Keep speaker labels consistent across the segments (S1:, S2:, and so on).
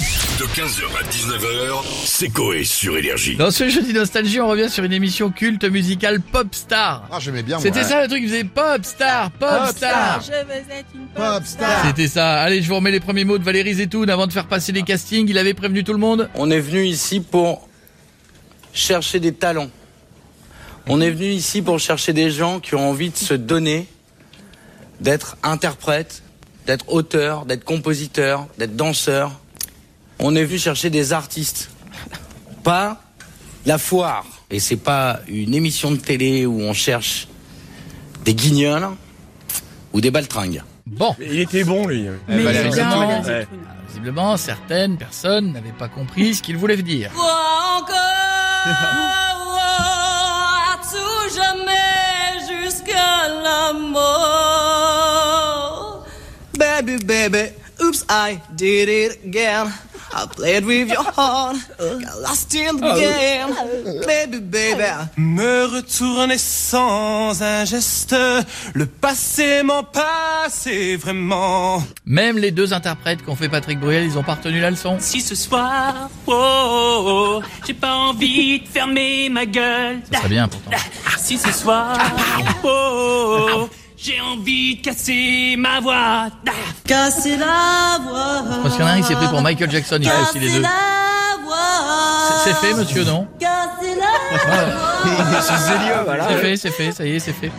S1: De 15h à 19h, c'est Coé sur Énergie.
S2: Dans ce jeudi nostalgie, on revient sur une émission culte musicale Popstar.
S3: Ah, j'aimais bien. moi.
S2: C'était ça le truc, ils faisaient Popstar, Popstar.
S3: Popstar.
S4: Je veux être une
S3: Pop star.
S2: C'était ça. Allez, je vous remets les premiers mots de Valérie Zetoun avant de faire passer les castings. Il avait prévenu tout le monde.
S5: On est venu ici pour chercher des talents. On est venu ici pour chercher des gens qui ont envie de se donner, d'être interprète, d'être auteur, d'être compositeur, d'être danseur. On est venu chercher des artistes, pas la foire. Et c'est pas une émission de télé où on cherche des guignols ou des baltringues.
S2: Bon,
S6: Il était bon, lui.
S4: Mais
S3: Eh, Valérie
S4: il est bien,
S3: Zetoun.
S4: Valérie
S6: Ouais.
S4: Zetoun.
S2: visiblement, certaines personnes n'avaient pas compris ce qu'il voulait dire.
S4: Toi encore, à tout jamais, jusqu'à la mort.
S7: Baby, baby, oops, I did it again. I played with your heart, got lost in the game. Baby, baby.
S6: Me retourner sans un geste, le passé m'en passé vraiment.
S2: Même les deux interprètes qu'ont fait Patrick Bruel, ils ont pas retenu la leçon.
S8: Si ce soir, oh, oh, oh, j'ai pas envie de fermer ma gueule. Ah,
S2: Ça serait bien pourtant.
S8: Si ce soir, oh, oh, oh, j'ai envie de casser ma voix. Ah,
S4: Casser la voix.
S2: Parce qu'il y en a un qui s'est pris pour Michael Jackson, il fait aussi les
S4: Casser
S2: deux.
S4: la voix.
S2: C'est fait, monsieur, non
S4: Casser la voix.
S2: C'est fait, c'est fait, ça y est, c'est fait.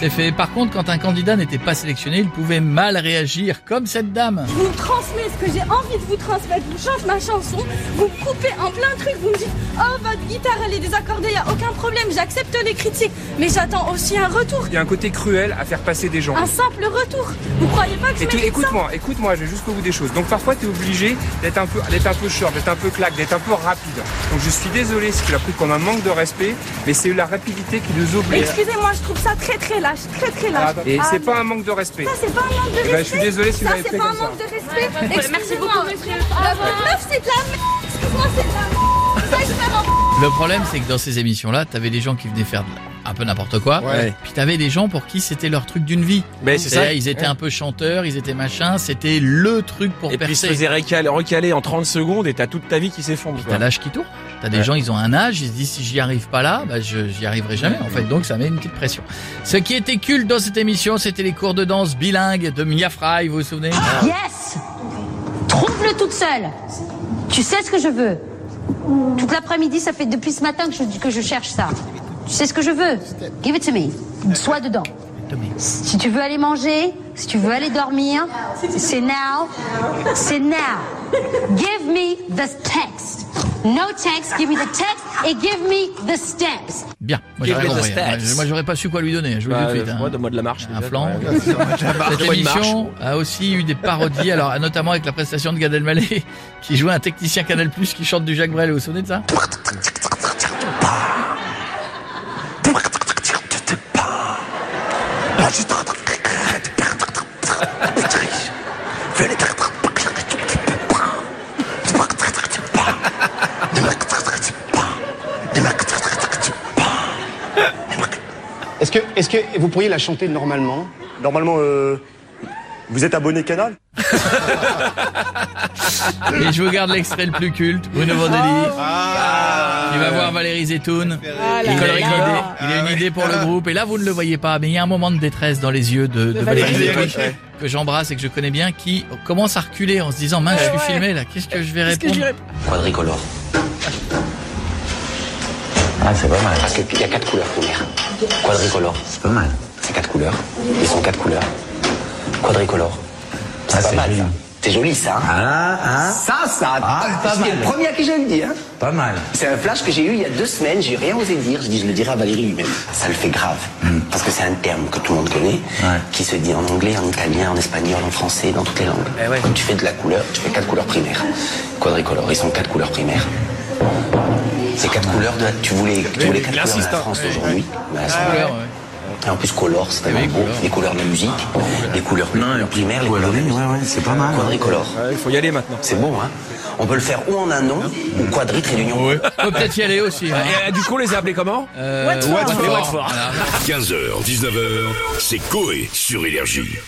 S2: C'est fait. Par contre, quand un candidat n'était pas sélectionné, il pouvait mal réagir, comme cette dame.
S9: Je vous transmets ce que j'ai envie de vous transmettre. Je vous chante ma chanson, vous me coupez en plein truc, vous me dites Oh, votre guitare, elle est désaccordée, il a aucun problème, j'accepte les critiques. Mais j'attends aussi un retour,
S10: Il y a un côté cruel à faire passer des gens.
S9: un simple retour. Vous croyez pas que je
S10: Et tu
S9: mérite Ah, ça
S10: écoute-moi, écoute-moi, je vais jusqu'au bout des choses. Donc parfois tu es obligé d'être un peu d'être un peu short, d'être un peu claque, d'être un peu rapide. Donc je suis désolé si tu l'as pris comme un manque de respect, mais c'est la rapidité qui nous oblige.
S9: Excusez-moi, je trouve ça très très lâche, très très lâche.
S10: Et
S9: Ah,
S10: c'est pas
S9: non.
S10: un manque de respect.
S9: Ça, c'est pas un manque de
S10: Eh
S9: respect.
S10: ben, je suis désolé si vous
S9: ça,
S10: l'avez
S9: c'est
S10: pris
S9: pas un
S10: comme ça.
S9: manque de respect. Merci beaucoup, monsieur. La votre meuf, c'est de la merde. Excuse-moi, c'est de la merde. Ça, je vais m'en-
S2: Le problème, c'est que dans ces émissions-là, t'avais des gens qui venaient faire de- un peu n'importe quoi.
S3: Ouais.
S2: Puis t'avais des gens pour qui c'était leur truc d'une vie.
S6: Mais c'est ça.
S2: C'est-à-dire, Ils étaient un peu chanteurs, ils étaient machin, c'était le truc pour
S6: Et puis il se
S2: percer.
S6: faisait recaler, recaler en 30 secondes et t'as toute ta vie qui s'effondre. quoi.
S2: T'as l'âge qui tourne. T'as des
S6: Ouais.
S2: gens, ils ont un âge, ils se disent si j'y arrive pas là, bah je j'y arriverai jamais en fait. Donc ça met une petite pression. Ce qui était culte dans cette émission, c'était les cours de danse bilingue de Mia Fry, vous vous souvenez
S11: Yes Trouve-le toute seule Tu sais ce que je veux Toute l'après-midi, ça fait depuis ce matin que je, que je cherche ça. Tu sais ce que je veux Give it to me. Sois dedans. Si tu veux aller manger, si tu veux aller dormir, c'est now. C'est now. Give me the text. No text, give me the text et give me the steps.
S2: Bien. Moi
S6: Give
S2: j'aurais
S6: me the
S2: compris.
S6: steps.
S2: Moi, j'aurais pas su quoi lui donner. Je vous le dis
S6: Bah,
S2: tout de suite. hein.
S6: moi, donne-moi de la marche.
S2: Un
S6: déjà.
S2: flanc.
S6: Ouais.
S2: Cette
S6: Donne-moi une marche.
S2: émission a aussi eu des parodies, alors notamment avec la prestation de Gad Elmaleh, qui jouait un technicien Canal Plus qui chante du Jacques Brel. Vous vous souvenez de ça
S12: Est-ce que, est-ce que vous pourriez la chanter normalement
S10: Normalement, vous êtes abonné canal
S6: Ah.
S2: Et je vous garde l'extrait le plus culte, Bruno
S6: Oh.
S2: Vandelli. Il va voir Valérie Zetoun. Il a une idée, il a une idée pour le groupe. Et là, vous ne le voyez pas, mais il y a un moment de détresse dans les yeux de, Ah. de Valérie Zetoun, que j'embrasse et que je connais bien, qui commence à reculer en se disant, mince, je suis filmé là, qu'est-ce que je vais
S4: Qu'est-ce que je
S2: répondre
S4: dirais
S5: Quadricolore. Ah, c'est pas mal. Parce qu'il y a quatre couleurs, mère. Quadricolore. C'est pas mal. C'est quatre couleurs. Ils sont quatre couleurs. Quadricolore. Ah, C'est pas mal, ça. C'est joli, ça. Ah, ah. Ça, ça. C'est le premier que j'ai dit. Hein. Pas mal. C'est un flash que j'ai eu il y a deux semaines. J'ai rien osé dire. Je dis, je le dirai à Valérie lui-même. Ça le fait grave. Parce que c'est un terme que tout le monde connaît, qui se dit en anglais, en italien, en espagnol, en français, dans toutes les langues. Quand tu fais de la couleur, tu fais quatre couleurs primaires. Quadricolore. Ils sont quatre couleurs primaires. Ces quatre couleurs, de, tu voulais, tu voulais quatre couleurs de la France aujourd'hui. mais elles sont-
S2: Couleur, ouais.
S5: et en plus, color, c'est tellement beau. Les couleurs de la musique, les couleurs primaires, les couleurs de la musique. c'est pas mal. Quadricolore.
S6: Ouais, Il faut y aller maintenant.
S5: C'est beau, hein On peut le faire ou en un nom, ou quadri trait d'union.
S2: Faut peut-être y aller aussi. hein.
S6: Et, euh, du coup, on les a appelés comment
S2: Euh,
S6: Watford.
S2: Voilà.
S1: 15h, 19h, c'est Coé sur Énergie.